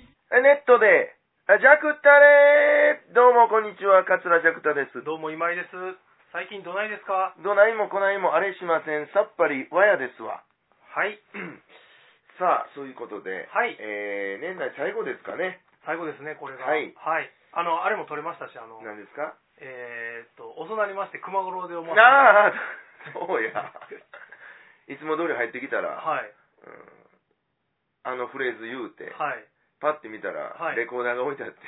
で、あジャクタレーどうもこんにちは、桂ジャクタです。どうも今井です。最近どないですかどないもこないもあれしません、さっぱりわやですわ。はい。さあ、そういうことで、はいえー、年内最後ですかね。 最後ですね、これが。はいあの、あれも取れましたし、あの、何ですかえーっと、遅なりまして、熊五郎で思って。はああ、そ うや。いつも通り入ってきたい。ら、はい。うんあのフレーズ言うて、 パッて見たら、はいレコーダーが置 いてあって。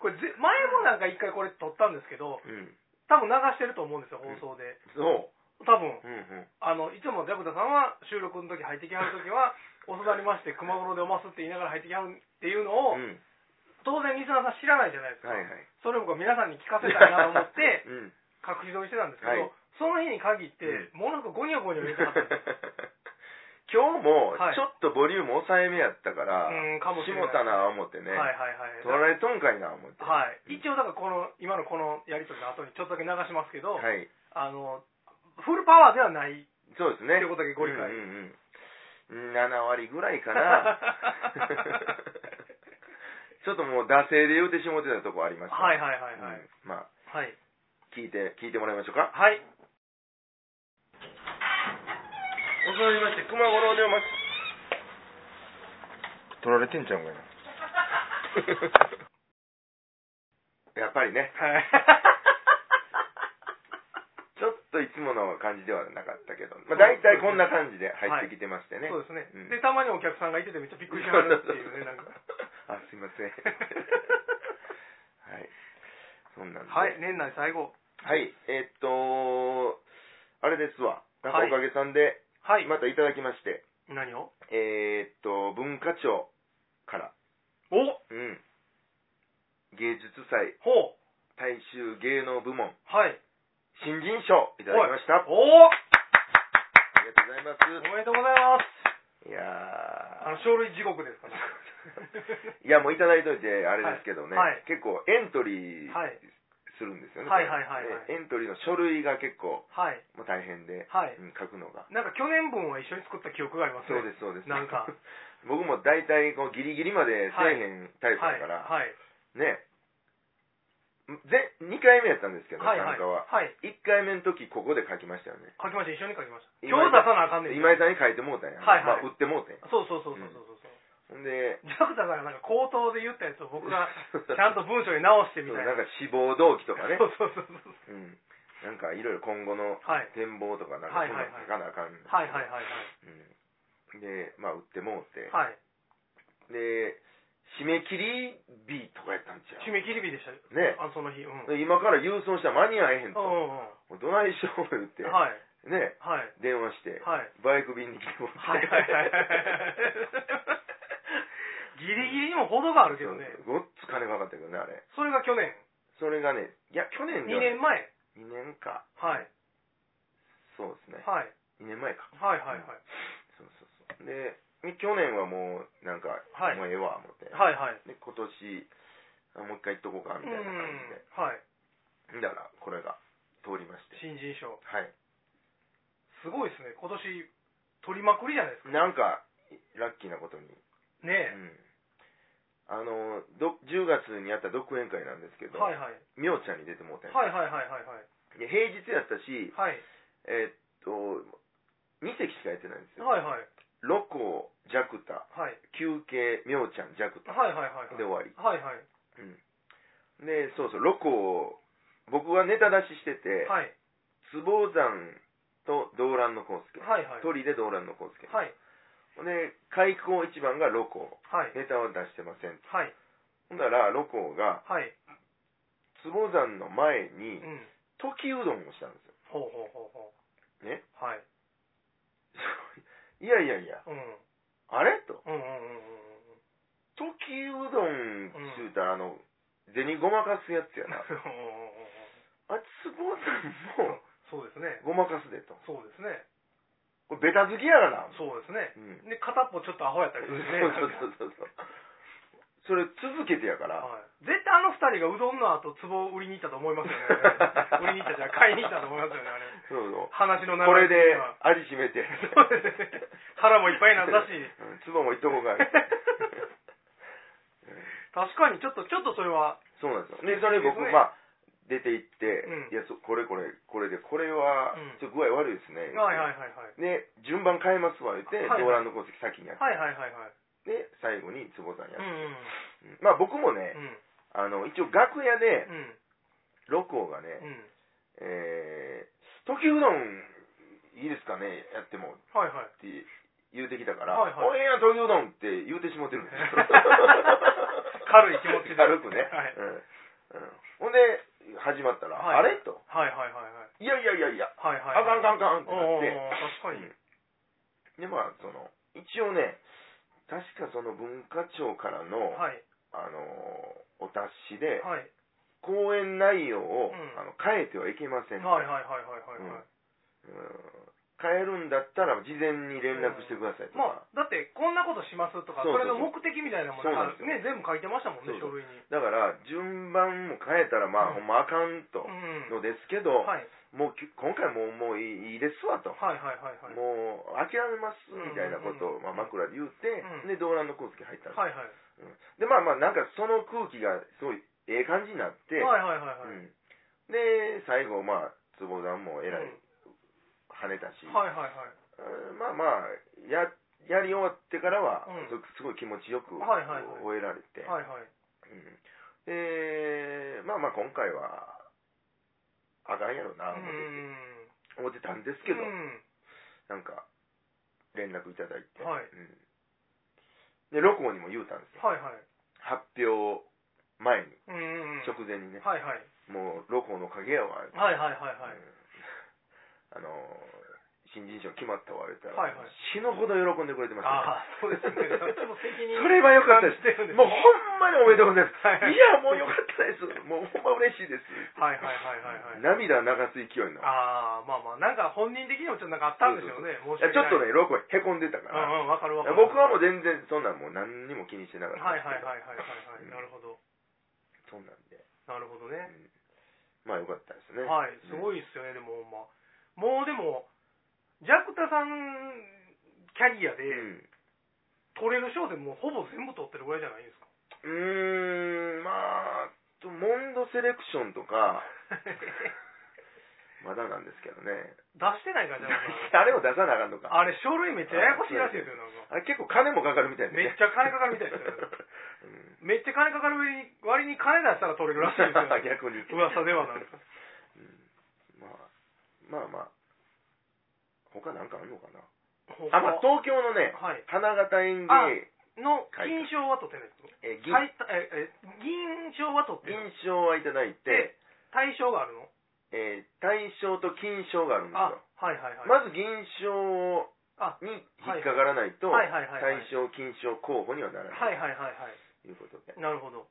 これぜ、前もなんか一回これ撮ったんですけど、うん、多分流してると思うんですよ、放送で。そ多分う。、うんうんあの、いつもジャクタさんは収録の時入ってきはる時 は、遅なりまして、熊五郎でおますって言いながら入ってきはるっていうのを、うん当然リスナーさん知らないじゃないですか。はいはい。それを僕は皆さんに聞かせたいなと思って、 うん隠し撮りしてたんですけど、はいその日に限って、うものすごくゴニョゴニョ言 ってはったん ですよ今日もはいちょっとボリューム抑えめやったから、うんかもしれない下手な思ってね、はいはいはい。取られとんかいな思って、はい、一応だからこの今のこのやり取りの後にちょっとだけ流しますけど、はい、あのフルパワーではないそうですねということだけご理 解うんうんうん、7割ぐらい かなちょっともう惰性で言うてしもてたとこありました、はいはいはいはい、うんまあはい聞いて聞いてもらいましょうかはい遅なりまして熊五郎でおます取られてんちゃうんかな やっぱりねはいちょっといつもの感じではなかったけど、まあ、大体こんな感じで入ってきてましてね、そうですね、うんでたまにお客さんがいててめっちゃびっくりしはるっていうねなんかあすい ませんはいそんなんでははい年内最後はいえーっとあれですわなんかはいおかげさんで、はい、またいただきまして何をえーっと文化庁からおうん芸術祭ほう大衆芸能部門はい新人賞いただきましたあおおりがとうございおまめでとうございますすいやあーの書類地獄ですから いやもういただいといてあれですけどね、はいはい結構エントリーはいするんですよね、はいはいはいはいでエントリーの書類が結構はいもう大変で、はいうん書くのがなんか去年分は一緒に作った記憶がありますそねうですそうですなんか 僕も大体こうギリギリまでせえへんタイプだから、はいねぜ2回目やったんですけど、はいはい参加ははい1回目の時ここで書きましたよね書きました一緒に書きました今今日出さなあかんねん今井さんに書いてもうたんや、はいはいまあ、売ってもうたんやそうそうそうそうそうそうそうほんでジャクタさんがなんか口頭で言ったやつを僕がちゃん と文章に直してみたいななんか志望動機とかねそ、うそうそうそううん、なんかいろいろ今後のはい展望とかなんかはいそんなん書かなあかん、はいはいはいうん、でまあ売ってもうて、はいはいで締め切り日とかやったんちゃう締め切り日でしたよねあその日うんうんうんで今から郵送したら間に合えへんと、うんはもうどないしよう言って、いはいねはい電話して、はいバイク便に来てもらはいって、はいはい ギリギリにも程があるけどねそうごっつ金かかったけどねあれそれが去年それがねいや去年2では年前2年かはいそうですねはい2年前かはいはいはいそうそうそうで去年はもうなんか、はいもうええわ思って、はいはいで今年あもう一回行っとこううかみたいな感んはいじでだからこれが通りまして新人賞はいすごいですね今年取りまくりじゃないですかなんかラッキーなことに、ねえ、うん、あのど10月にやった独演会なんですけど、はいはいみょうちゃんに出てもうてんはいはいはいはいはいで平日やったし、はいえーっと2席しかやってないんですよはいはいロコジャクタはい休憩みょうちゃんジャクタはいはいはいはいで終わり、はいはいうん、でそうそうロコ僕はネタ出ししてて、はい壺山と動乱の康介、はいはいトリで動乱の康介、はいで開口一番がロコはいネタは出してませんはいほんだらロコがはい壺山の前うにん時うどんをしたんですほうほうほうほうねはいよ いやいやいやうんあれとうんうんうんうんうん時うどんって言うたら、あの銭ごまかすやつ やなあれ壺山もそうですねごまかすでとそうですねこれベタ好きやがなそうですねうんで片っぽちょっとアホやったりするねそうそうそうそうそれ続けてやから、はい、絶対あの二人がうどんの後壺を売りに行ったと思い ますよね売りに行ったじゃん買いに行ったと思いますよねあれそうそう話の流これれで的にはありしめてそうですね腹もいっ ぱいになったしツボもいっとこうか確かにちょっとちょっとそれはそうなんですよででそれ僕ですねまあ出て行って、うんいやそこれこれこれでこれはうんちょっと具合悪いですね、はいはいはいはいで順番変えますわ言って、はいはい動乱の功績先にやって、はいはいはいはいで最後に坪さんやうんって、まあ僕もね、うんあの一応楽屋でうんうん六甲がね、うんえー、時うどんいいですかねやってもはいはいって言うてきたから、はいはいおええやん、東京うどんって言うてしもてるんですよ 軽い気持ちで軽くね。はいうんうんほんで、始まったら、はいあれと。はいはいはいはいいやいやいやいや、はいはいあかんあかんあかんっておーなおって。ー確かにうんで、まあ、その、一応ね、確かその文化庁からの、はいあのーお達しで、はい講演内容うを、んあの変えてはいけませんと、はいはいはいはいはいはい、うん変えるんだったら事前に連絡してくださいとまかあ、だってこんなことしますとかそそうそうれの目的みたいなものがそうなね全部書いてましたもんねそう書類にだから順番も変えたらまあ、うんほんまあかんとうんのですけど、はいもうき今回もうもういいいいですわと、はいはいはいはいもう諦めますみたいなことを、うんまあ、枕で言って、うんで動乱の功績入ったんです、はいはいうんでまあまあなんかその空気がすごいええ感じになって、はいはいはういはいんで最後まあ坪さんもえらい跳ねたし、はいはいはいうんまあまあややり終わってからは、うんすごい気持ちよくはいはいはい終えられて、はいはいうんでまあまあ今回はあかんやろなう思っんて思ってたんですけうど、んなんか連絡いただいて、はいうんでロコにも言うたんですよはいはい発表前にうん直前にね、はいはいもうロコの影やわ、はいはいはいはうんあの新人賞決まったわ言ったら、はいはい死ぬほど喜んでくれいてましたね、ああそうですねとても責任それは良かったです感じてるんですもうほんまにおめでとうございます。はいいや、もう良かったです。もうほんま嬉しいです。はいはいはいはいはい涙流す勢いの。ああまあまあなんか本人的にもちょっとなんかあったんでしょうねいやちょっとねね、ロコへこんでたうから。んうんわかるわかる僕はもう全然そんなんもう何にも気にしてなかったはいんですはいけど。はいはいはいはいなるほどそうなんで。なるほどねうんまあ良かったですね。はい、すごいい。っすよね、でもほんま。もうでも、ジャクタさんキャリアうで、ん。取れる賞でもうほぼ全部取ってるぐらいじゃない ですか。うーん、まあ、とモンドセレクションとか、まだなんですけどね。出してないからじゃないですか。 あれを出さなあかんのか。あれ、書類めっちゃややこしいらしいですよ、なんか。あれ結構金もかかるみたいでね。めっちゃ金かかるみたいですよ うん。めっちゃ金かかる割に、割に金出したら取れるらしいですよ 逆に噂ではなんか。まあまあまあ他なんかあるのかなほあまあ東京のねはい。花形演あ芸の、金賞は取ってないですかえー銀最多え、え、銀賞は取ってる。銀賞はいただいて、大賞があるのえー大賞と金賞があるんですあよ、はいはいはい。まず銀賞あに引っかからないとはいはいはいはい大賞金賞候補にはなはらないいはいはいはい。ということでなるほど。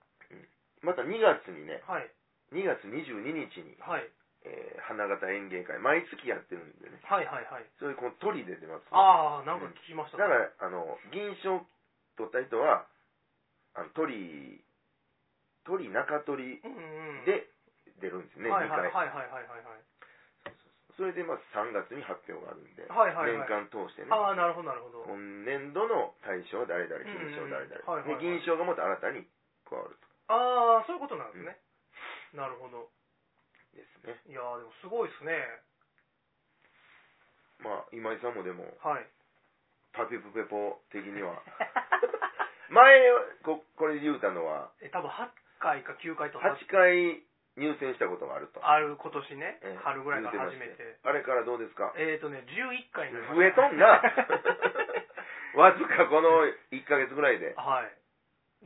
また2月にねはい。 2月22日に、はい。えー花形演芸会毎月やってるんでねはいはいはい。そういうこのトリで出ますああ、なんか聞きました、だから、あの、銀賞取った人は、あの、鳥、鳥中鳥うんうんうん。、で出るんですね、はい2はいはいは回。いはいはいはい。それで、まあ、3月に発表があるんで、はいはいはい年間通してね、ああ、なるほどなるほど。今年度の大賞は誰々、金賞うんうんう誰々、んはいはいはいで銀賞がまた新たに加わるああ、そういうことなんですね。なるほど。とですね。いやー、でもすごいですね。まあ、今井さんもでも、はい。パピプペポ的には、 前、ここれ言うたのは、 え、多分8回か9回とか8回入選したことがあると。ある今年ねええ、春ぐらいから初め言うて。あれからどうですかえっ、ー、とね、11回になりま増えしたと んなわずかこの1ヶ月ぐらいで。はい。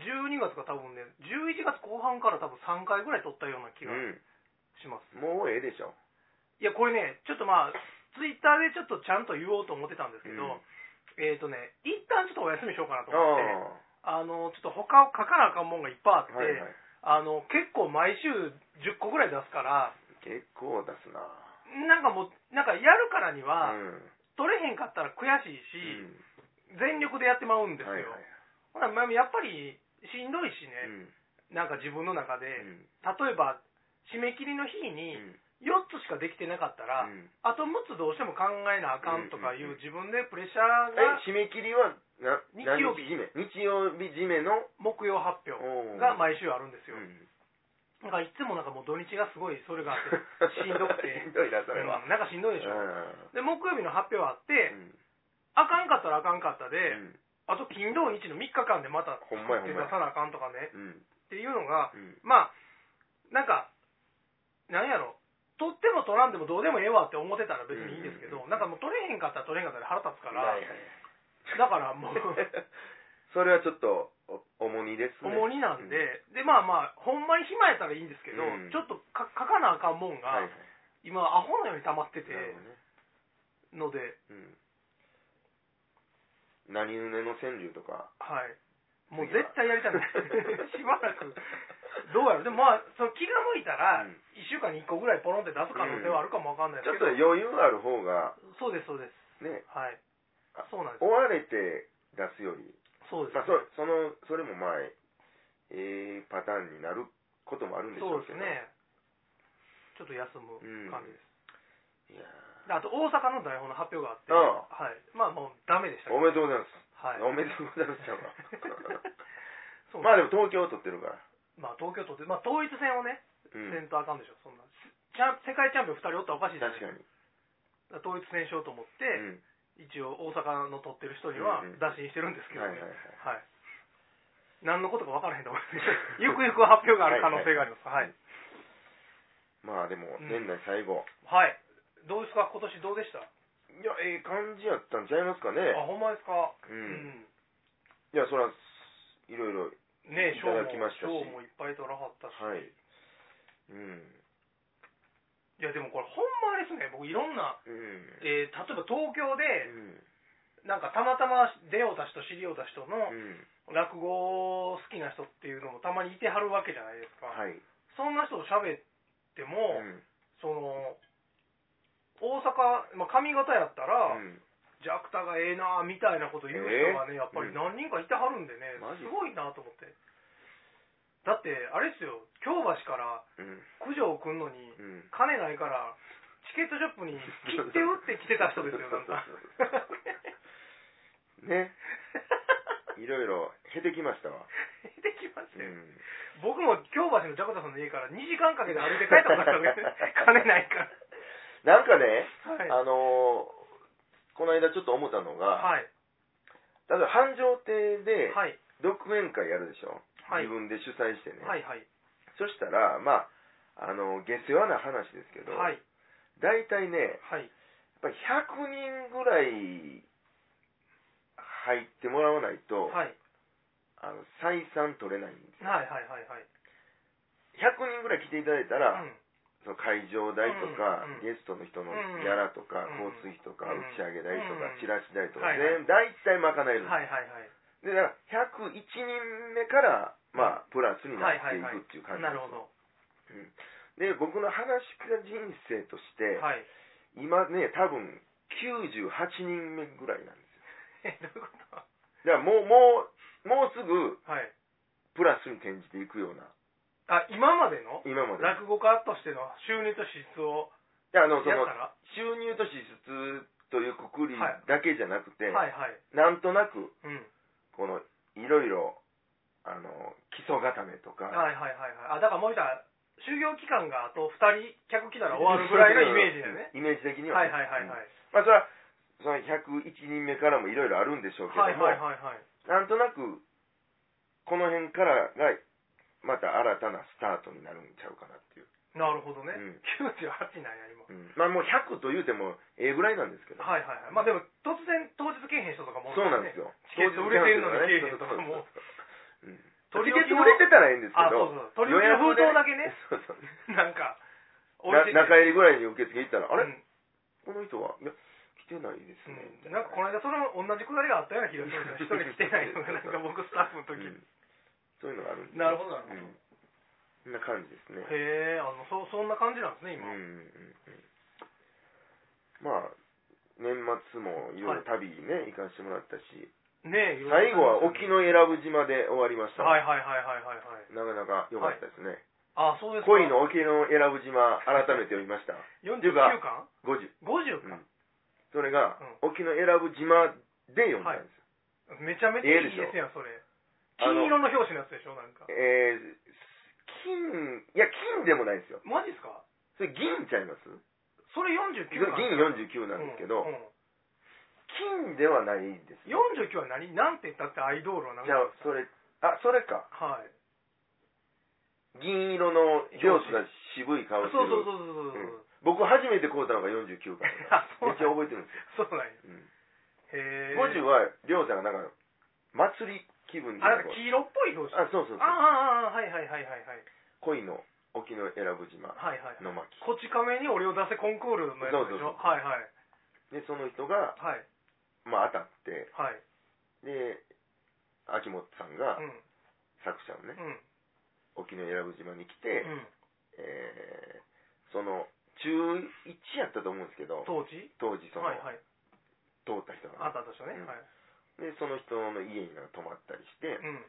12月が多分ね、11月後半から多分3回ぐらい取ったような気うがん。します。もうええでしょ。いや、これね、ちょっとまあ、ツイッターでちょっとちゃんと言おうと思ってたんですけうんど、えっ、とね、一旦ちょっとお休みしようかなとああ思って、あの、ちょっと他を書かなあかんもんがいっぱいあって、はいはい。あの、結構毎週10個ぐらい出すから、結構出すな。なんかもう、なんかやるからには、うん。取れへんかったら悔しいし、うん全力でやってまうんですよ。はいはい。ほら、まあやっぱり、しんどいしうね、んなんか自分の中で、うん例えば締め切りの日うにん4つしかできてなかったら、うんあと6つどうしても考えなあかんとかいううんうんうん自分でプレッシャーえが締め切りはな日何曜日日締め日曜日締めの目標発表おーが毎週あるんですうよ、んなんかいつもなんかもう土日がすごいそれがあって しんどくてしんどいなそれはうんなんかしんどいでしょ、で木曜日の発表あって、うんうんあかんかったらあかんかったで、うんあと金土日の3日間でまたほんまや作って出ほんまやさなあかんとかねうんっていうのがうんまあなんかなんやろ取っても取らんでもどうでもええわって思ってたら別にいいんですけど、うんなんかもう取れへんかったら取れへんかったで腹立つから、 はいはいだから もうそれはちょっとお重荷ですね重荷なんで、でまあまあほんまに暇やったらいいんですけど、うんちょっとか書かなあかんもんはいはが、い今アホのように溜まっててなるほどねので、うん何ぬねの川柳とかはいもう絶対やりたくない しばらくどうやろうでもまあその気が向いたらうん1週間に1個ぐらいポロンって出す可能性はあるかもわかんないちでょっすとけど、余裕ある方がそうですそうですねはいあそうなんです追われて出すよりそうです、まあそそのそれもまあええパターンになることもあるんでしそょううでけすどねちょっと休む感じです、いやであと大阪の台本の発表があってーあはいまあもうダメでしあたけどおめでとうございますはいおめでとうございますだわそう まあでも東京を取ってるから まあ東京都って、まあ、統一戦をねうんせんとあかんでしょそんなチャン世界チャンピオン2人おったらおかしいじゃない確かにだから統一戦しようと思って、うん一応大阪の撮ってる人にはうんうん打診してるんですけどはいね、はいはいはい何のことか分からへんと思い ますゆくゆくは発表がある可能性がありますはいまあでも年内最後はい、どうですか今年どうでしたいやええ感じやったんちゃいますかねあほんまですかううんいやそらいろいろねえい賞たもだきましたし賞もいっぱい取らはったし、はいうんいやでもこれほんまあれですね僕いろんな、うんえー例えば東京うでんなんかたまたま出会うた人知り合うた人のうん落語好きな人っていうのもたまにいてはるわけじゃないですか、はいそんな人と喋っても、うんその大阪、まあ、上方やったら、うんジャクタがええなみたいなこと言う人がね、やっぱり何人かいてはるんでね、マジすごいなと思ってだってあれですよ京橋からうん九条来んのにうん金ないからチケットショップに切手打って来てた人ですよなんかねいろいろ経てきまし たわ出てきましうたよ、ん僕も京橋のジャクタさんの家から2時間かけて歩いて帰ったことあるからね金ないからなんかねはいあのーこの間ちょっと思ったのがはい例えば繁盛亭ではい独演会やるでしょはい自分で主催してねはいはいそしたらまああの下世話な話ですけどはい大体ねはいやっぱり100人ぐらい入ってもらわないと、はいあの採算取れないんですはいはいはいはい100人ぐらい来ていただいたら、うんその会場代とか、うんうんゲストの人のうんやらとか、うん交通費とか、うん打ち上げ代とか、うんチラシ代とか、はいはい全部大体賄えるんです、はいはいはいでだから101人目から、まあ、プラスになっていくっていう感じななるんでほすよど。で僕の話が人生として、はい。今ね多分98人目ぐらいなんですえ、どういうことよだからもうもうもうすぐはい。プラスに転じていくようなあ、今までの今まで落語家としての収入と支出をいやあやのっそたのら、は収入と支出というくくりはいだけじゃなくて、いはい。なんとなくうん。このいろいろあの基礎固めとか、はいはいはいはい。あ、だからもう一回、修行期間があと2人、客来たら終わるぐらいのイメージだよね。イメージ的にははね、いはいはいはい。まあそれはその101人目からもいろいろあるんでしょうけども、はいはいはいはい。なんとなくこの辺からがまた新たなスタートになるんちゃうかなっていう、なるほどね。うん98なんや、今。うんまあもう100と言うてもええぐらいなんですけど、はいはいはい。まあでも、突然当日けえへん人とかも、そうなんです。よチケット売れてんのにけえへんとかそうそうそうも。うん取チりケ置きットの売れてたらええんですけあ、そどうそう。取り置きの封筒だけね、そうそうなんか、置いなてて中入りぐらいに受付行ったら、あれ、うんこの人は、いや、来てないですね。みたういんなんかこの間その同じくだりがあったような気がするんですよ一人来てないのがなんか僕スタッフの時、うんそういうのがあるんですなるほどなるほどうんそんな感じですね。へえあのそそんな感じなんですねうん今、うんうんうんまあ、年末もいろいろ旅ね、行かせてもらったし、ねえ、最後は沖永良部島で終わりました。はいはいはいはいはいはい。なかなか良かったですね。あ、そうですか。恋の沖永良部島、改めて読みました。 49巻50。 ?50 うかん、それが、沖永良部島で読んだんです。めちゃめちゃいいですやん、それ。あの金色の表紙のやつでしょ、なんか。えー、金、いや、金でもないですよ。マジっすかそれ銀ちゃいますそれ49銀巻49なんですけど、うんうん金ではないんですよ。 49は何なんて言ったってアイドールは何じゃあ、それ、あ、それか。はい。銀色の両手が渋い顔そうそしてうる。そうそうそう。うん僕初めて買うたのが49巻。 あ、そうなめんっちゃ覚えてるんですよ。そうなんや。うんへえ。 50は、りょうさんがなんか、祭り気分であ、なんか黄色っぽい表紙。あ、そうそうそう。ああ、ああ、はいはいはいはいはい。恋の沖の選ぶ島はいはい。の巻。こち亀に俺を出せコンクールのやつでしそうそうそうょはいはい。で、その人が、はい。まあ当たって、はい。で、秋元さんがうん。作者のね、うん。沖の選ぶ島に来て、うん。えーその、中1やったと思うんですけど、当時当時その、はいはい。通った人あが。ったとしたね。うんはい。で、その人の家になんか泊まったりして、うん。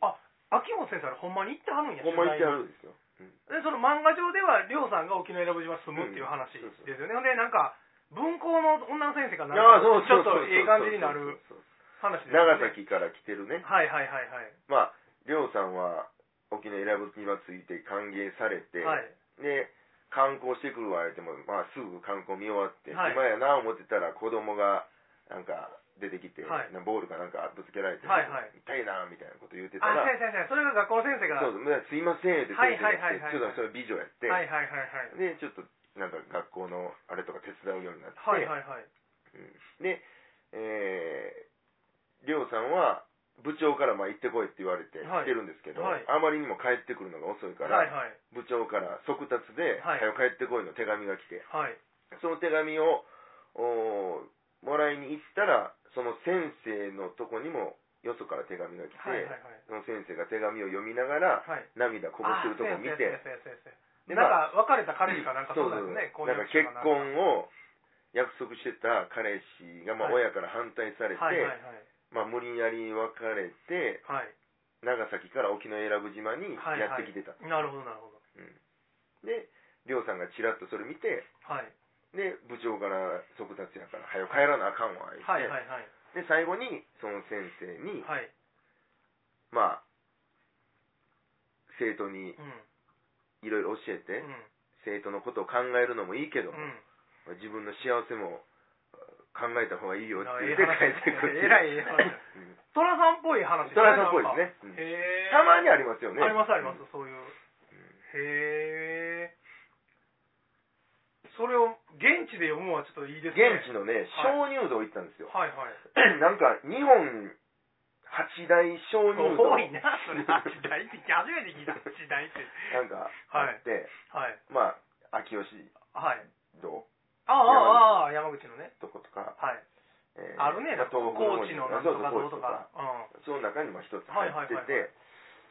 あ、秋元先生あれほんまに行ってはるんや。ほんまに行ってある。るんですよ。うんで、その漫画上では、りょうさんが沖永良部島住むっていう話うんそうそうですよね。ほんで、なんか、文校の女の先生かあなあ、そうちそょうっそうとええ感じになる。そうそうそ話ですうよね長。崎から来てるね。はいはいはいはい。まあ、りょうさんは沖縄選ぶにはついて歓迎されて、はい。で、観光してくるわ言っても、まあ、すぐ観光見終わって、はい今やな思ってたら子供が、なんか、出てきて、はいなボールかなんかぶつけられて、はいはい痛いなみたいなこと言ってたあ、ら、はいはいはい。それが学校の先生が。そうすいませんってはいはいはいはいちょっとそれ美女やって、はいはいはいはい。で、ちょっと、なんか学校のあれとか手伝うようになって、はいはいはい。うんで、えー、りょうさんは、部長からまあ行ってこいって言われてはい来てるんですけど、はいあまりにも帰ってくるのが遅いかはいら、はい。部長から速達で、はい早く帰ってこいの手紙が来て、はい。その手紙をおーもらいに行ったら、その先生のとこにもよそから手紙が来て、はいはいはい。その先生が手紙を読みながら、はい。涙こぼしてるとこ見て、あ。そうやそうやそうやそうやでなんか、別れた彼氏かなんかそうだよね。そうそうそうなんか婚約者かなんか結婚を約束してた彼氏が、まあ、はい親から反対されて、はいはいまあ、無理やり別れて、はい。長崎から沖永良部島にはい。やってきてた。はいなるほどなるほど。で、りょうさんがちらっとそれ見て、はい。で、部長から速達やから、早く帰らなあかんわ、言って、はいはいはい。で、最後に、その先生に、はい。まあ、生徒うん。にいろいろ教えて、うん。生徒のことを考えるのもいいけども、うん。自分の幸せも考えた方がいいよって言ってあええ話帰ってくる。えらいええ話うんトラさんっぽい話です ね。トラさんっぽいですなねんかへえ。たまにあありますよね。りますありますうん。、そういう。へえ。それを現地で読むのはちょっといいですね。現地のね、は鍾乳洞行ったんですよ。はいはい。 なんか、日本八大鍾乳洞。多いな、それ。時代って初めて聞いた。時代って。 なんか、あって、はい。まあ、秋吉はい。洞ああ、ああ、山口のね。とことか、はい。えーあるね、ま高あ東北の方知のなんとかそうどそうとう高知とかか。うその中にまあ一つ入はいはいってはいはいて、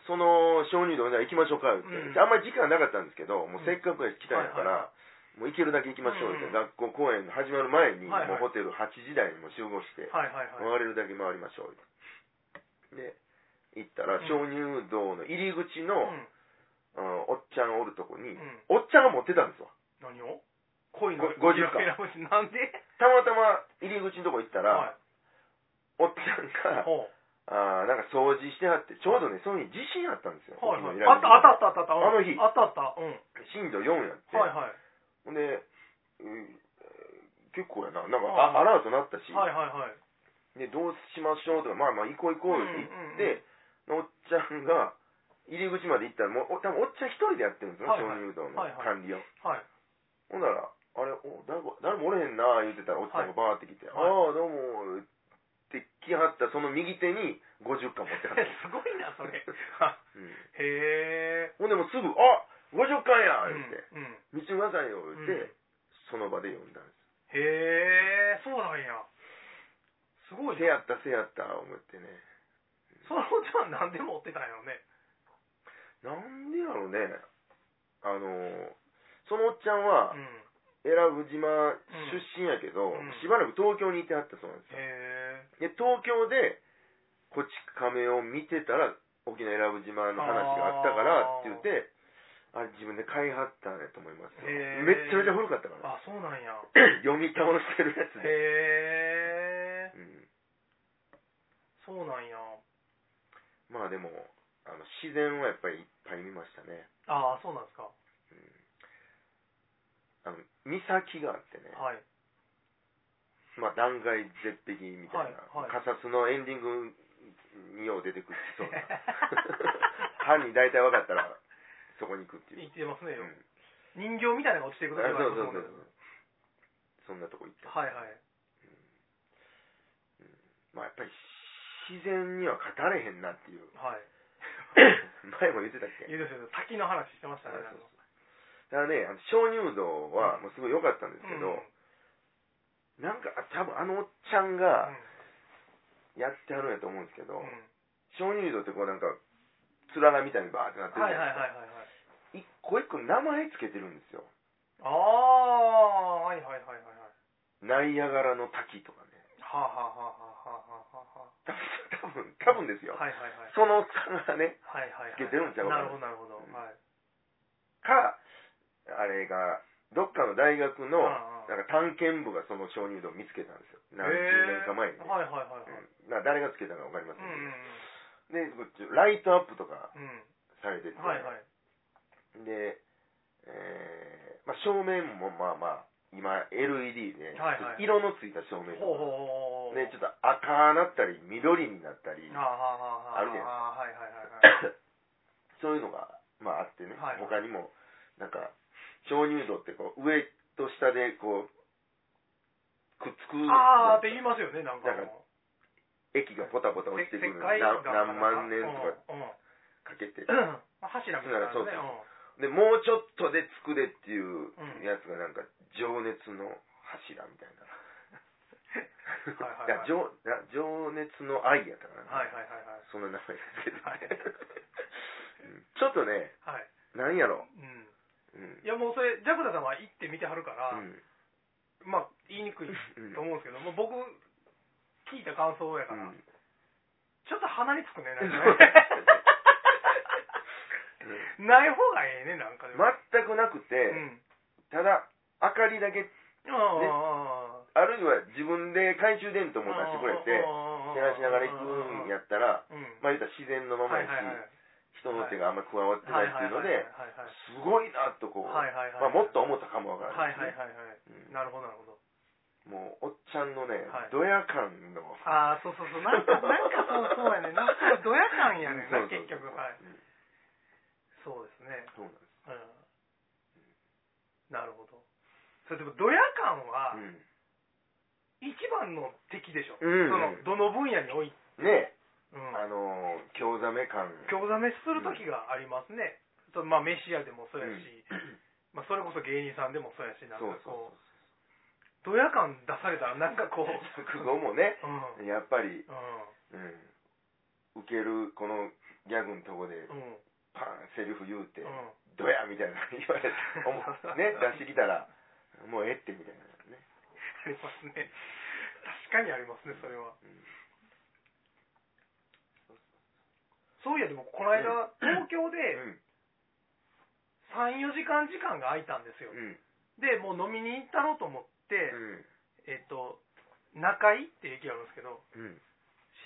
その鍾乳洞じゃあ行きましょうかって、うんあんまり時間なかったんですけど、もうせっかくやし来たんやかはいはいら、もう行けるだけ行きましょうって、うん学校公演始まる前に、はいはいもうホテル8時台にもう集合してん。、はいはいはい。回れるだけ回りましょうって。で、行ったうらん鍾乳洞の入り口うの、ん。あのおっちゃんおるとこに、うん。おっちゃんが持ってたんですわ。何を恋のご50か選ぶしなんでたまたま入り口のとこ行ったら、はおっちゃんい。が、ほう。あーなんか掃除してはって、ちょうどね、その日地震あったんですよ。はいはい沖。あ縄っにた、あったあったあった。うんあの日あったあった。うん。震度4やって、はいはい。ほんで、うん結構やな、なんか、はいあアラートなったし、はいはいはい。で、どうしましょうとか、まあまあ、行こう行こうって言って、おっちゃんが、入り口まで行ったら、もう、お多分おっちゃん一人でやってるんですよ、はい鍾はい乳洞のはいはい管理を。はい。ほんなら、あれ、お誰も誰もおれへんな、言ってたら、おっちゃんがバーって来て、はいああ、どうも、って来はった、その右手に50巻持ってはった。 すごいな、それ。はうんへえ。ほんでもうすぐ、あ50巻やうん言って、うん。見てくださいよ、言って、うんその場で読んだんです。へえ、そうなんや。すごいせね。やったせやった思ってねそのお茶は何でも持ってたんやろね。なんでやろうねあのーそのおっちゃんはうん。えらぶ島出身やけうど、んしばらく東京にいてはったそうなんでへすよ。で、東京で、こち亀を見てたら、沖縄えらぶ島の話があったかあらーって言って、あれ自分で買いはったんやと思いますよ。へーめっちゃめちゃ古かっえたかあら。そうなんや 読み倒してるやつで。へえうんそうなんやまあでも、あの自然はやっぱりいっぱい見ましたね。ああそうなんですかあの、岬があってね、はいまあ断崖絶壁みたいな、はいはいカサスのエンディングによう出てくるそ うな。 犯人大体分かったら、そこに行くっていう。言ってますねうん、人形みたいなのが落ちていくそうときがあるとそう思うんそだけうどそう。そんなとこ行って。はいはいまあやっぱり自然には勝たれへんな っていう。はい前も言ってたっけいいですよね滝の話してましたねあなんそうかだからね、あの鍾乳洞はもうすごい良かったんですけうんど、なんかあ多分あのおっちゃんがやってはるんやと思うんですけどう、んうん鍾乳洞ってこうなんか、つららみたいにバーってなってるはいじはいはいゃないですかはいはい一個一個名前つけてるんですよ。ああはいはいはいはいはいナイアガラの滝とかね。はあはあはあはあはあはあ多分、多分、多分ですよ。はいはいはいその差がね、はいはいはいつけてるんちゃうかななるほどなるほどうんはいか、あれが、どっかの大学の、うんうんなんか探検部がその鍾乳洞を見つけたんですよ。何十年か前にへー。はいはいはいはいうんな誰がつけたのか分かりませうんんけど。でこっち、ライトアップとかうんうんされてて、はいはいで、えーまあ、照明もまあまあ、今 LED で、はいはい色のついた照明ほうほうとか、ほうほうね、ちょっと赤なったり、緑になったり、はあはあはああるじゃはあはいはい そういうのが、まあ、あってね、はいはい他にも、なんか、鍾乳洞ってこう上と下でこう、くっつくはいはいああって言いますよねなんかなんか液がポタポタ落ちてくるせの世界何観かな何万年とかうんうんかけて。柱みたいなのねそううんで、もうちょっとで作れっていううんやつがなんか、情熱の柱みたいな。 はいはいはいや情な情熱の愛やったかな。はいはいはいはいその名前ですけど、はいうんちょっとね、はいなんやろ。うんうん。いやもうそれジャクダさんは行って見てはるから、うんまあ言いにくいと思うんですけ ど、もう僕聞いた感想やうから、んちょっと鼻につくねなんそうかねない方がええねなんかでも、全くなくて、うんただ明かりだけあああるいは自分で懐中電灯も出してくれて照照らしながら行くんやったらうんまあ言うたら自然のままやし、はいはいはい人の手があんまり加わってないっていうので、はいはいすごいなとこう、はいはいはいまあ、もっと思ったかもわからはいなはいい,、はいはいなるほどなるほどうん、もうおっちゃんのね、はいドヤ感のああそうそうそうなんかなんかそうそうやねなんかドヤ感やねんなそうそうそう結局はいうんそうですねそうなんですうんなるほどそれでもドヤ感はうん一番の敵でしょ、うんそのどの分野において、ねえうん、あのー興ざめ感興ざめする時がありますね、そのまあメシアでもそうやし、まあ、それこそ芸人さんでもそうやしなんそかうそうこうドヤ感出されたらなんか こう、うん、落語もねうやっぱり、んうん、受けるこのギャグのとこでうんパンセリフ言うて、うんどやみたいな言われて、思うね、出してきたら、もうええってみたいなね。ありますね確かにありますねそれは、うんそういやでもこの間、東京で34時間時間が空いたんですようん。うん。でもう飲みに行ったろうと思って、うん。えっ、と中井っていう駅があるんですけどうん。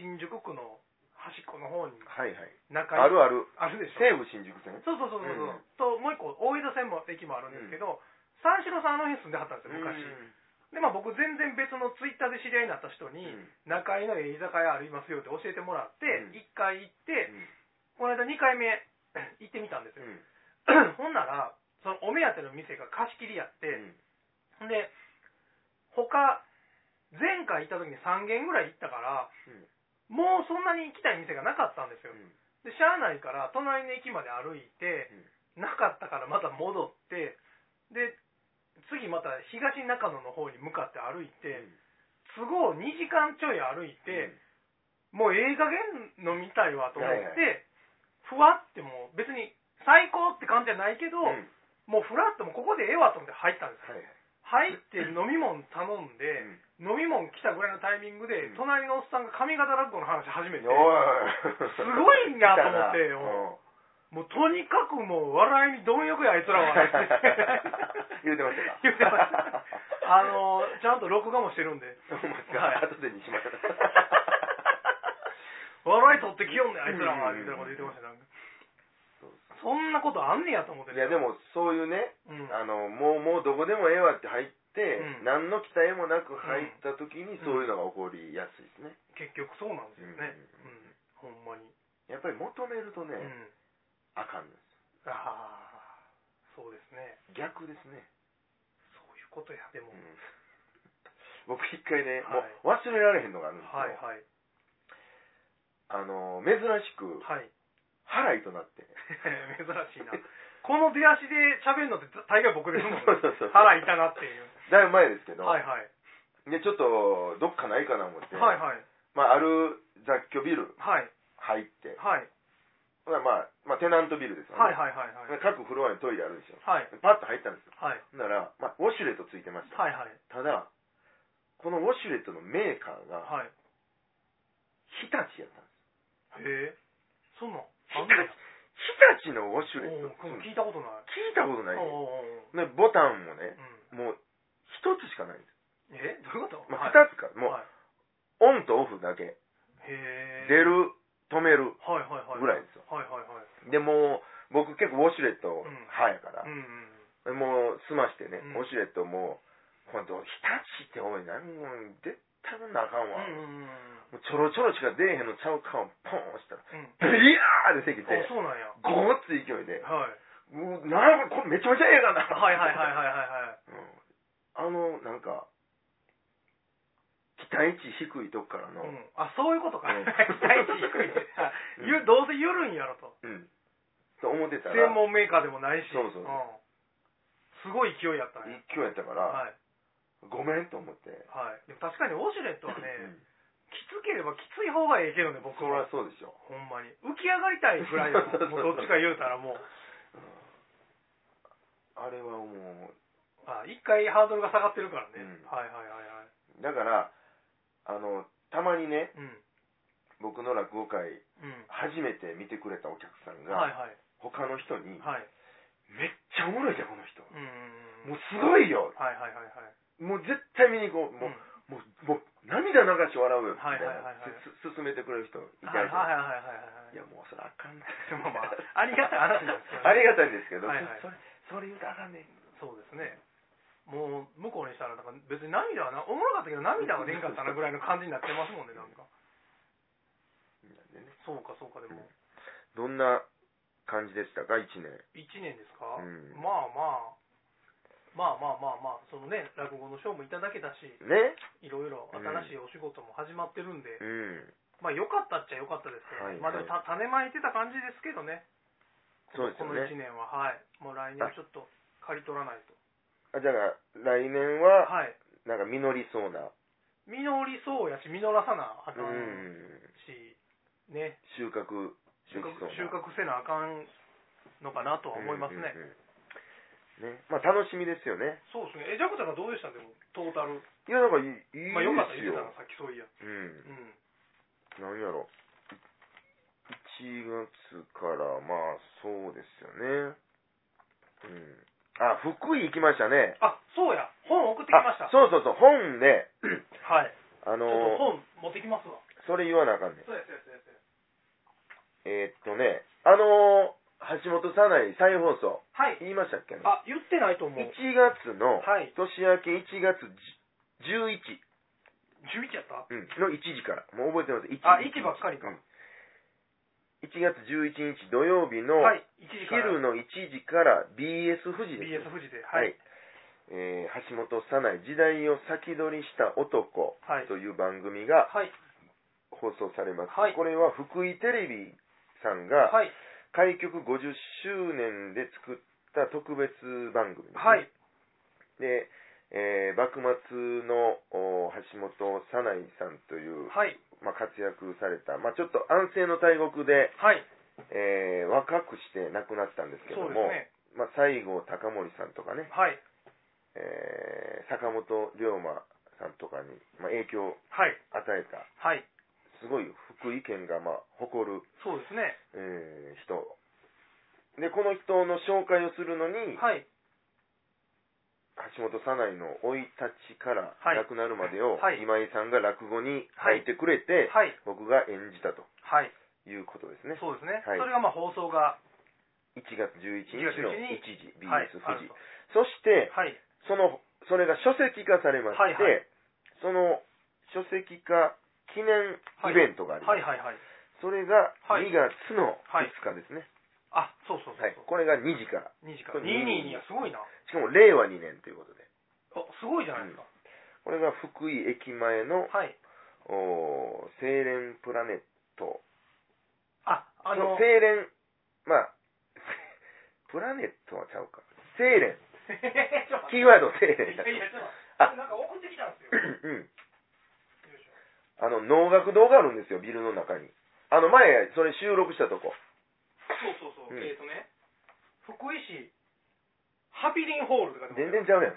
新宿区の端っこの方にはいはい。中井あるある。あるでしょ西武新宿線そうそうそうそう、うんともう一個大江戸線も駅もあるんですけど、三四郎さんあの辺住んではったんですよ昔、でまあ僕全然別のツイッターで知り合いになった人うん。に、中井のええ居酒屋ありますよって教えてもらって、うん1回行って、この間2回目 行ってみたんですうよ、ん。 ほんならそのお目当ての店が貸し切りやって、ほんで他前回行った時に3軒ぐらい行ったから、うんもうそんなに行きたい店がなかったんですよ、うんでしゃあないから隣の駅まで歩いて、なかったからまた戻ってで次また東中野の方に向かって歩いて、都合2時間ちょい歩いて、、もうええ加減飲みたいわと思って、はいはいふわってもう別に最高って感じじゃないけど、うん。うん。もうふらっともうここでええわと思って入ったんですよはいはい。入って飲み物頼んで、飲み物来たぐらいのタイミングで、うん隣のおっさんが髪型落語の話始めて、おいすごいなと思って来たなよもうとにかくもう笑いに貪欲やあいつらは 言うてましたか 言うてましたあのちゃんと録画もしてるんでそう思ってはい後 でにしましょう笑い取ってきよんねあいつらはうんみたいなこと言ってましたなんかそうそんなことあんねやと思っていやでもそういうねうんあのもうもうどこでもええわって入って、うん何の期待もなく入った時にそういうのが起こりやすいですね、結局そうなんですよねうん、ほんまに、やっぱり求めるとね、うんあかんでああそうですねす逆ですね、そういうことやでも、うん 僕一回ね、はいもう忘れられへんのがあるんですよ、はいはいあの珍しくはい 払いとなって、珍しいなこの出足で喋るのって大概僕ですもんねそうそうそう腹痛なって いうだいぶ前ですけど、はいはいでちょっとどっかないかな思って、はいはいまあ、ある雑居ビルはい入って、はいまあまあ、テナントビルですよはいね、はいはいはいはい各フロアにトイレあるんですよはいパッと入ったんですよはいほんなら、まあ、ウォシュレットついてました、はいはいただこのウォシュレットのメーカーがはい日立やったんですへえそんなんあんの日立のウォシュレッおトうって聞聞いたことないいたことないねおうおうおうねボタンもねうんもう一つしかないんです、えどういうことまはあ、い二つか、もうはいオンとオフだけへえ出る止めるはいはいはいぐらいですよはいはいはいでもう僕結構ウォシュレットうん派やからう、んうんもう済ましてね、うんウォシュレットもう今度日立っておい何も絶対もんなあかんうんうわ、んうんもうちょろちょろしか出えへんのちゃうかをポン押したらうんビヤーって出てきあてそうなんやゴーッて勢いではいもうなんかこれめちゃめちゃええがなはいはい はいはいはいはいうんあのなんか期待値低いとこからの、うん、あそういうことか、うん期待値低いねあゆどうせゆるいんやろとうんと思ってたら専門メーカーでもないしそうそうそすうんごい勢いやったね、一挙やったから、はいごめんと思って、はい、でも確かにウォシュレットはうねんきつければきつい方がええけどね僕そりはゃそうでしょほんまに浮き上がりたいぐらい だもんもうどっちか言うたらもうあれはもあ一回ハードルが下がってるからね、うんはいはいはいはいうだからあのたまにねうん僕の落語会うん初めて見てくれたお客さはんいが、はい他の人に、はいめっちゃおもろいじゃんこの人うんうんうんもうすごいよはいはいはいはいもう絶対見に行こうもうう,、んもうもう涙流して笑うよみたいはいはいはいなはいすす勧めてくれる人いたはいはりいとかはいはいはいいやもうそれあかんな まあまあありがたい話なんですけどねありがたいんですけど、はいはいそれそれ言うたらあかんねんそうですね。もう向こうにしたらなんか別に涙はなおもろかったけど涙は出んかったなぐらいの感じになってますもんねなんかなんでねそうかそうかでもどんな感じでしたか1年1年ですか、うんまあまあまあまあまあまあそのね落語の賞もいただけたしねいろいろ新しいお仕事も始まってるんで、うんまあ良かったっちゃ良かったですけど、はいまあでもた種まいてた感じですけどねそうですこよの1ね年ははいもう来年ちょっと刈り取らないとあじゃあ来年ははいなんか実りそうな実りそうやし実らさなあうかんんし、ね収穫収穫できそうな収穫せなあかんのかなとは思いますね、うんうんうんねまあ楽しみですよねそうですねえジャコちゃんがどうでしたでもトータルいやなんかいいいいですよ、まあよかった言ってたなさっきそういやううんん何やろ1月からまあそうですよねうんあ福井行きましたねあそうや本送ってきましたあそうそうそう 本ねはいちあょのっと本持ってきますわそれ言わなあかんねそうやそうやそうやそうやえーっとねあのー橋本さない再放は送い言いましたっけねあ言ってないと思う1月のはい年明け1月11、 11やったうんの1時からもう覚えてまあす1 1ばっかりかうん1月11日土曜日のはい1時から昼の1時から BS 富士 BS です富士でははいい、えー橋本さない時代を先取りした男はいという番組がはい放送されます、はいこれは福井テレビさんがはい開局50周年で作った特別番組ですね、はいで、えー幕末のお橋本早苗さんという、はいまあ、活躍された、まあ、ちょっと安政の大国で、はいえー若くして亡くなったんですけどそうですねも、まあ、西郷隆盛さんとかね、はいえー坂本龍馬さんとかに、まあ、影響をはい。与えた、はい。すごい福井県が、まあ、誇る、そうですね。えー人。で、この人の紹介をするのに、はい。橋本早苗の生い立ちからはい亡くなるまでを、はい今井さんが落語に書いてくれて、はい。僕が演じたとはい。いうことですね。そうですね。はいそれがまあ放送が、 1月11日の1時、BS はい、富ある士と。そして、はい。その、それが書籍化されまして、はいはいその書籍化記念イベントがあります。はいはいはい。それがはい2月の2日ですね。あ、そうそうそうはい。これが2時から。 2時かこら。れ222 222はすごいな。しかも令和2年ということで。あ、すごいじゃないですか。これが福井駅前はの、い。おー青蓮プラネット。あ、あの 青、蓮、まあ、 プラネットはちゃうか。青蓮。キーワード青蓮いやいや、ちょっとあ待って、なんか送ってきたんですよ。うん。あの、能楽堂があるんですよ、ビルの中に。あの、前、それ収録したとこ。そうそうそう、うんえっ、とね、福井市、ハピリンホールとかで全も然ちゃうや ん。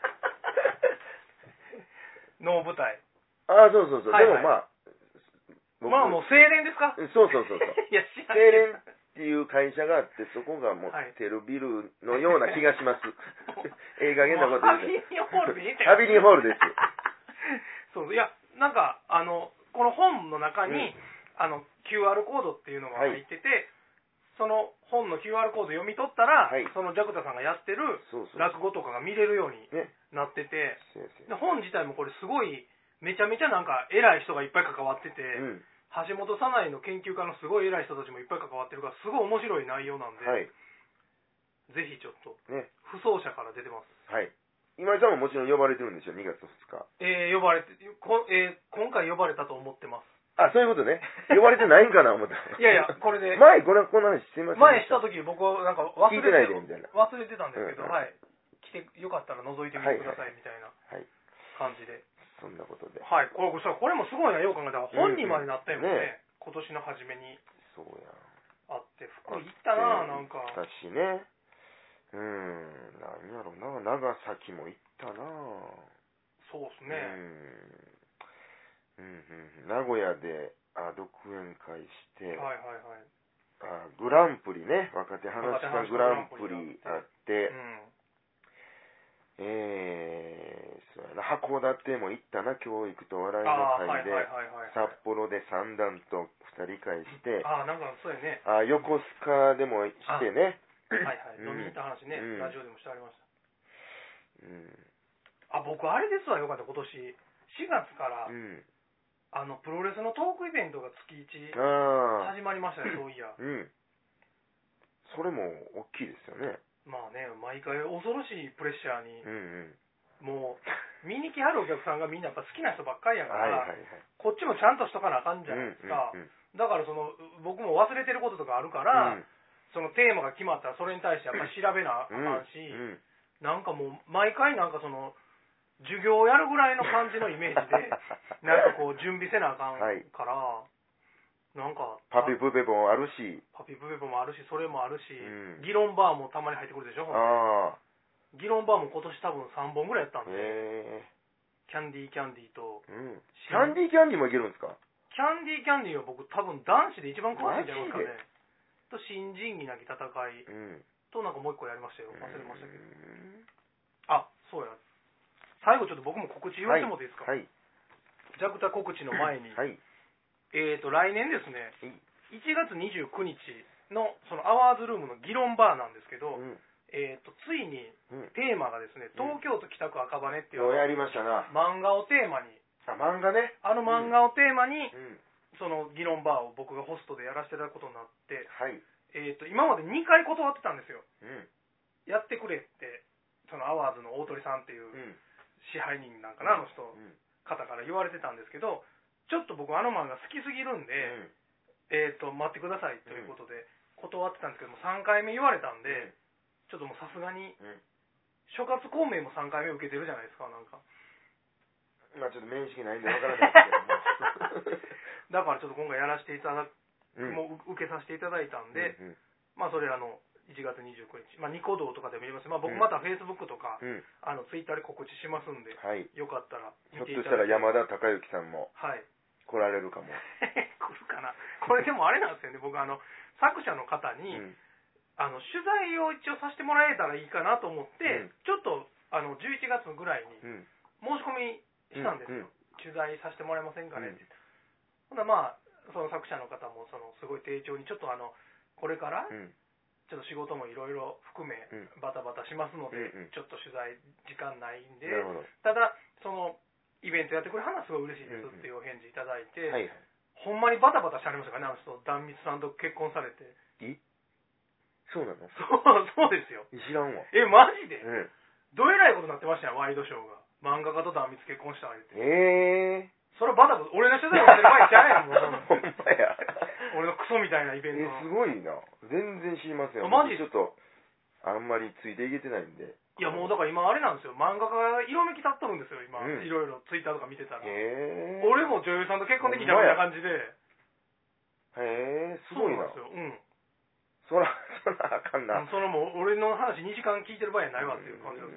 の舞台。ああ、そうそうそう。はいはいでもまあ、僕まあもう、青年ですかうんそうそうそうそう。 いや、知ら青年っていう会社があって、そこが持っはい。てるビルのような気がしますええ加減なことハ言ピうて。リンホールでいいんだよハビリンホールです。 そう、いや、なんか、あの、この本の中に、うんあの、QR コードっていうのが入ってて、その本の QR コード読み取ったら、はいそのジャクタさんがやってるそうそう。落語とかが見れるようにね。なってて、先で本自体もこれすごい、めちゃめちゃなんか偉い人がいっぱい関わってて、生。うん。橋本早苗の研究家のすごい偉い人たちもいっぱい関わってるから、すごい面白い内容なんで、はい。ぜひちょっと、ね。不走者から出てます。はい。今井さんももちろん呼ばれてるんでしょ、2月2日。えー呼ばれて、こえー今回呼ばれたと思ってます。あ、そういうことね。呼ばれてないんかな、思った。いやいや、これで、前、これ、こんな話すいません。前した時僕はなんか忘れ聞いててないで、みたいな。忘れてたんですけど、うんうんはい。来て、よかったら覗いてみてくださいみたいなはい。感じで。そんなことで。はい。これ、これこれもすごいな、よう考えたら、うんうん本にまでなったよね。ね今年の初めにそうやあん。って、福井行ったな、なんか。行ったしね。うーん、何やろな、長崎も行ったな。そうですね。うーん。うんうん、名古屋で、あ、独演会して、はいはいはい。あ、グランプリね、若手話若手家噺家グランプグランプリリああっうて、ん。えー、そうやな、函館も行ったな、教育と笑いああー、のは会いで、はいはいはい。札幌で三段と二人会して、ああ、なんかそうやね。あ横須賀でもしてね、はいはい。うん飲みに行った話ね、うんラジオでもしてありましうん、た。あ、僕、あれですわ、よかった、今年。4月から、うん、あの、プロレスのトークイベントが月1ああ、始まりま したね、そういや。うん、それも大きいですよね。まあね、毎回恐ろしいプレッシャーに、うんうん、も う、見に来はるお客さんがみんなやっぱ好きな人ばっかりやかはいはいはら、い。こっちもちゃんとしとかなあかんじゃうんなういんですか。うんだからその、僕も忘れてることとかあるから、そのテーマが決まったらそれに対してやっぱ調べなあかうんうんんし、うんなんかもう、毎回なんかその、授業をやるぐらいの感じのイメージ で、なんかこう、準備せなあかんはいから、なんか、パピプペポンあるし、パピプペポもあるし、それもあるし、うん議論バーもたまに入ってくるでしょ。ああ、議論バーも今年多分3本ぐらいやったんで、へキャンディーキャンディーと、え、うん。キャンディーキャンディーもいけるんですかキャンディーキャンディーは僕多分男子で一番詳しいんじゃないですかねマ。と、新人技なき戦いうん。となんかもう一個やりましたよ。忘れましたけど。うんあ、そうや。最後ちょっと僕も告知言わせてもらっていいですか、はい、ジャクタ告知の前に、はい、えーと、来年ですねうん、 1月29日のそのアワーズルームの議論バーなんですけうど、ん、えーと、ついにうん。テーマがですね、東京都北区赤羽っていうようやりましたな。漫画をテーマに、あ、漫画ね。あの漫画をテーマに、うん、その議論バーを僕がホストでやらせていただくことになって、はい、えー、と今まで2回断ってたんですようん、やってくれってそのアワーズの大鳥さんっていううん。支配人なんかな、あの人うん方から言われてたんですけどちょっと僕あの漫画好きすぎるんで、えー、と待ってくださいということで断ってたんですけども3回目言われたんで、ちょっともうさすがにうん、うん。諸葛孔明も3回目受けてるじゃないですかなんかまあちょっと面識ないんでわからな いですけども。だからちょっと今回やらせていただく、 うんもう受けさせていただいたんで、うんうんまあそれあの1月29日、まあ、ニコ動とかでも言いますまあ、僕また Facebook とか、うん。あの Twitter で告知しますんで、はい。よかったらひ見ょってといしたただらいて、山田孝之さんもはい、 来られるかも。来るかな、これでもあれなんですよね、僕、あの作者の方うに、ん。あの取材を一応させてもらえたらいいかなと思って、うんちょっとあの11月ぐらいにうん。申し込みしたんですうんうよ、ん取材させてもらえませんかねって、うんほんならまあその作者の方もそのすごい丁重にちょっとあのこれからうん。ちょっと仕事もいろいろ含めうんバタバタしますので、うんうんちょっと取材時間ないんでなるほど。はただそのイベントやってくれる話すごい嬉しいですっていうお返事いただいて、いはい。ほんまにバタバタしてありましたからねあの人壇蜜さんと結婚されてそうなのそうそうですよ知らんわ。えマジでうん。どえらいことになってましたよワイドショーが漫画家と壇蜜結婚したあってええそれはバタバタ俺の取ー。材をしてる場合じゃないもんほんまや。俺のクソみたいなイベえ、ンすトのごいな。全然知りませんあよ。マジ僕ちょっと、あんまりついていけてないんで。いやもうだから今あれなんですよ漫画家が色めき立っとるんですよ今、うんいろいろツイッターとか見てたら、へえ。俺も女優さんと結婚できたみたいな感じでへえ、すごいな。そうなんですようんそら、 そらあかんな。そのもう俺の話2時間聞いてる場合やないわっていう感じなんで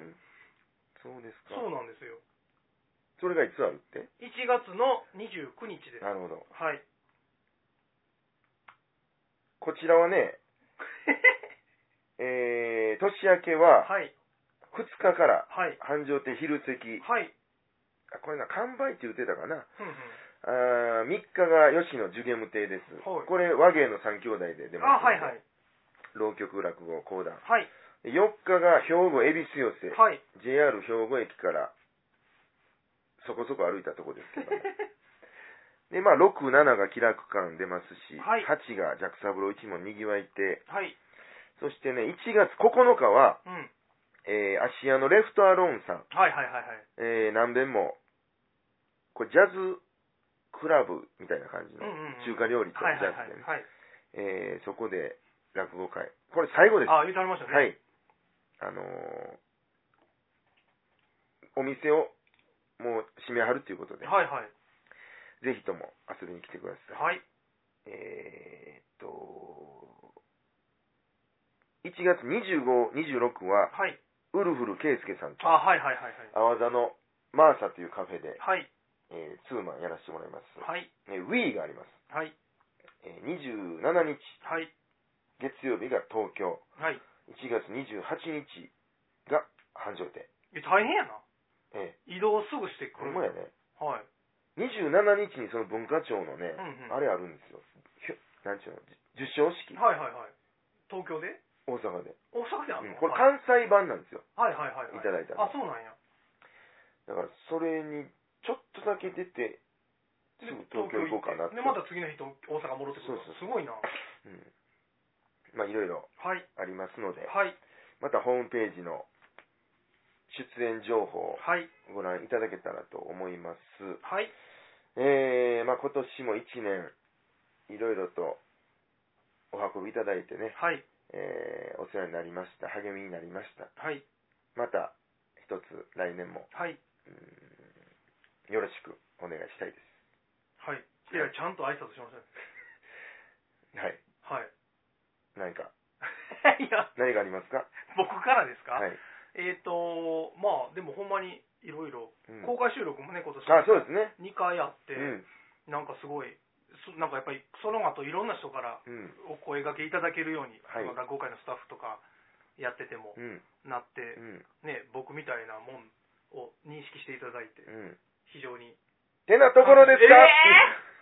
すようんそうですか。そうなんですよそれがいつあるって1月の29日ですなるほど。はいこちら はね、えー、年明けははい2日からはい繁盛亭昼席。はいあ、これな、完売って言ってたかな。ふんふんあー3日が吉野寿ゲム亭です。はいこれ、和芸の三兄弟で出まあす。はいはい。浪曲落語講談。はい4日が兵庫恵比寿寄せ。はい JR 兵庫駅からそこそこ歩いたとこで す けども。で、まあ、6、7が気楽館出ますし、はい8がジャックサブロー一門にぎわい亭、はいそしてね、1月9日は、うんえー、芦屋のレフトアローンさん、はいはいはいはいえー、何べんも、これジャズクラブみたいな感じのうんうんうん中華料理とジはいはいャはズでね、いはいえー、そこで落語会。これ最後です。あ言うてありましたねはい。あのーお店をもう閉めはるということで、はいはいぜひとも遊びに来てください。はいえーっと、1月25、26は、はいウルフル圭介さんと、あはいはいはいはい阿波座のマーサというカフェで、はいえーツーマンやらせてもらいます。はいえーウィーがあります。はいえー27日、はい月曜日が東京、はい1月28日が繁盛亭。え大変やなえ移動すぐしてー、くこるれもやね。はい27日にその文化庁のねう、んうんあれあるんですよ。ひょなんちゅうの、じ受賞式、はいはいはい東京で大阪で。大阪であんのうんこれ関西版なんですよ。はいはいはいはいいただいたのあそうなんやだからそれにちょっとだけ出てすぐ東京行こうかなってでまた次の日と大阪戻ってくるそうすそうごいなはうん、まあいろいろいありますのではいまたホームページの出演情報をはいご覧いただけたらと思いますはいえー、まあ今年も1年いろいろとお運びいただいてね、はいえーお世話になりました励みになりましたはいまた一つ来年もはいうんよろしくお願いしたいではいいやちゃんと挨拶しましたねすははいい 何かいや何がありますか僕からですか、はい、えっ、とまあでもほんまにいろいろうん公開収録もね今年あそうですね2回あって、うんなんかすごいそなんかやっぱりその後いろんな人からうんお声掛けいただけるように、はいその落語会のスタッフとかやっててもうんなって、うんね、僕みたいなもんを認識していただいて、うん非常に。てなところですか、え